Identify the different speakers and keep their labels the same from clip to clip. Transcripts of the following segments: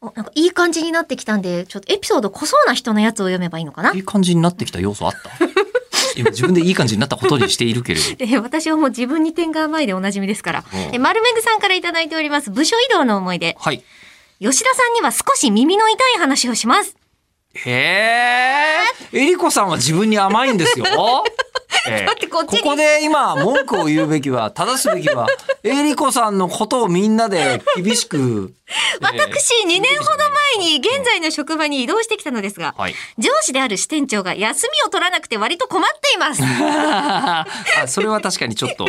Speaker 1: おなんかいい感じになってきたんで、ちょっとエピソード濃そうな人のやつを読めばいいのかない
Speaker 2: い感じになってきた要素あった 今自分でいい感じになったことにしているけれど。
Speaker 1: で私はもう自分に点が甘いでおなじみですから
Speaker 2: うん。
Speaker 1: え丸めぐさんからいただいております。部署移動の思い出。
Speaker 2: はい。
Speaker 1: 吉田さんには少し耳の痛い話をします。
Speaker 2: へえ。えりこさんは自分に甘いん ですよ。ええ
Speaker 1: だってこっち
Speaker 2: こ
Speaker 1: に
Speaker 2: こで今文句を言うべきは正すべきはえりこさんのことをみんなで厳しく、
Speaker 1: 私、2年ほど前に現在の職場に移動してきたのですが、
Speaker 2: はい
Speaker 1: 上司である支店長が休みを取らなくて割と困っています。
Speaker 2: あそれは確かにちょっと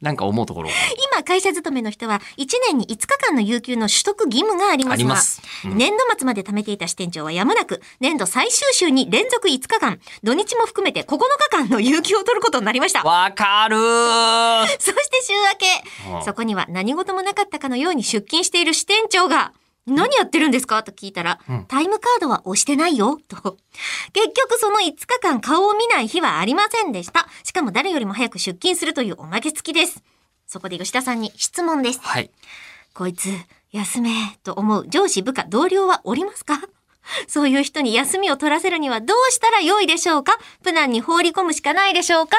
Speaker 2: なんか思うところ
Speaker 1: 今、会社勤めの人は1年に5日間の有給の取得義務がありますが、
Speaker 2: ありますうん
Speaker 1: 年度末まで貯めていた支店長はやむなく、年度最終週に連続5日間、土日も含めて9日間の有給を取ることになりました。
Speaker 2: わかるー
Speaker 1: そして週明
Speaker 2: ああ
Speaker 1: け、そこには何事もなかったかのように出勤している支店長が、何やってるんですかと聞いたら、
Speaker 2: うん
Speaker 1: タイムカードは押してないよ、と。結局その5日間顔を見ない日はありませんでした。しかも誰よりも早く出勤するというおまけ付きです。そこで吉田さんに質問です。
Speaker 2: はい
Speaker 1: こいつ、休め、と思う上司部下同僚はおりますか そういう人に休みを取らせるにはどうしたら良いでしょうか無難に放り込むしかないでしょうか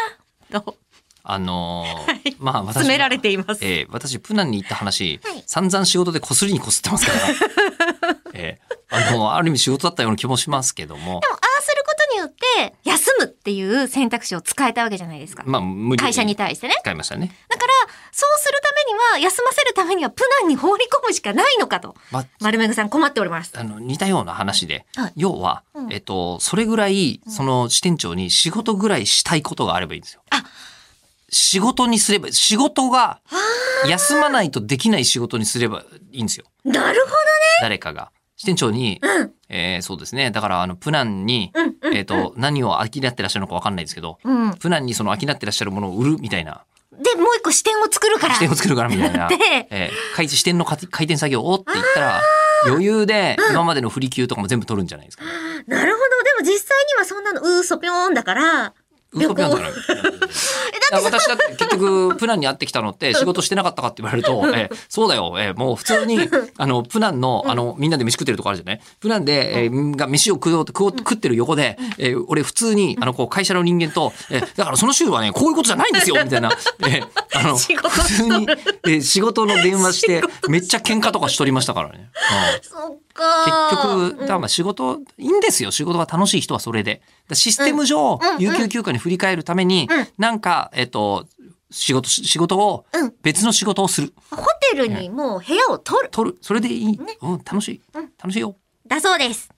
Speaker 1: と、
Speaker 2: あのー
Speaker 1: はい
Speaker 2: まあ私
Speaker 1: 詰められています。
Speaker 2: えー私プナンに行った話、
Speaker 1: はい
Speaker 2: 散々仕事でこすりにこすってますから、 えーあのある意味仕事だったような気もしますけども
Speaker 1: でも、ああすることによって、休むっていう選択肢を使えたわけじゃないですか。
Speaker 2: まあ無理
Speaker 1: 会社に対してね。
Speaker 2: 使いましたね、
Speaker 1: だから、そうするためには、休ませるためには、プナンに放り込むしかないのかと。
Speaker 2: まあ、
Speaker 1: 丸めぐさん困っております。
Speaker 2: あの似たような話で、
Speaker 1: はい
Speaker 2: 要は、
Speaker 1: うん
Speaker 2: えっと、それぐらいその支店長に仕事ぐらいしたいことがあればいいんですよ。
Speaker 1: あ
Speaker 2: 仕事にすれば仕事が休まないとできない仕事にすればいいんですよ
Speaker 1: なるほ
Speaker 2: 誰かが。支店長に、
Speaker 1: ど。うん。
Speaker 2: えーそうですねだからあのプランに、
Speaker 1: うん。うん。
Speaker 2: えっと何を飽きなってらっしゃるのかわかんないですけど
Speaker 1: うん。
Speaker 2: プランにその飽きなってらっしゃるものを売るみたいな
Speaker 1: で、もう一個視点を作るから。
Speaker 2: 視点を作るからみたいな
Speaker 1: で、、
Speaker 2: えー、回支店のか回転作業をって言ったら余裕で今までの振り休とかも全部取るんじゃないですか、ね。
Speaker 1: なるほど。でも実際にはそんなの、うーそぴょーんだから。
Speaker 2: ウソピョンじゃない。私だって結局プランに会ってきたの って仕事してなかったかって言われる と、えーそうだよ、えーもう普通にあのプランのあのみんなで飯食ってるとこあるじゃないプランで、えーが飯を食おう食おう食ってる横で、えー俺普通にあのこう会社の人間と、えーだからその週はねこういうことじゃないん ですよみたいな、えーあの
Speaker 1: 仕事
Speaker 2: 普通に、えー 仕事の電話してめっちゃ喧嘩とかしとりましたからね。うん
Speaker 1: そっか
Speaker 2: 結
Speaker 1: ー。
Speaker 2: 局、だからまあ仕事、いいんですよ。仕事が楽しい人はそれで。だからシステム上、
Speaker 1: うんうん
Speaker 2: 有給休暇に振り返るために、
Speaker 1: うん
Speaker 2: なんか、えっと、仕事、仕事を
Speaker 1: うん、
Speaker 2: 別の仕事をする。
Speaker 1: ホテルにもう部屋を取る。
Speaker 2: 取る。それでいい。うん、楽しい。楽しいよ。
Speaker 1: だそうです。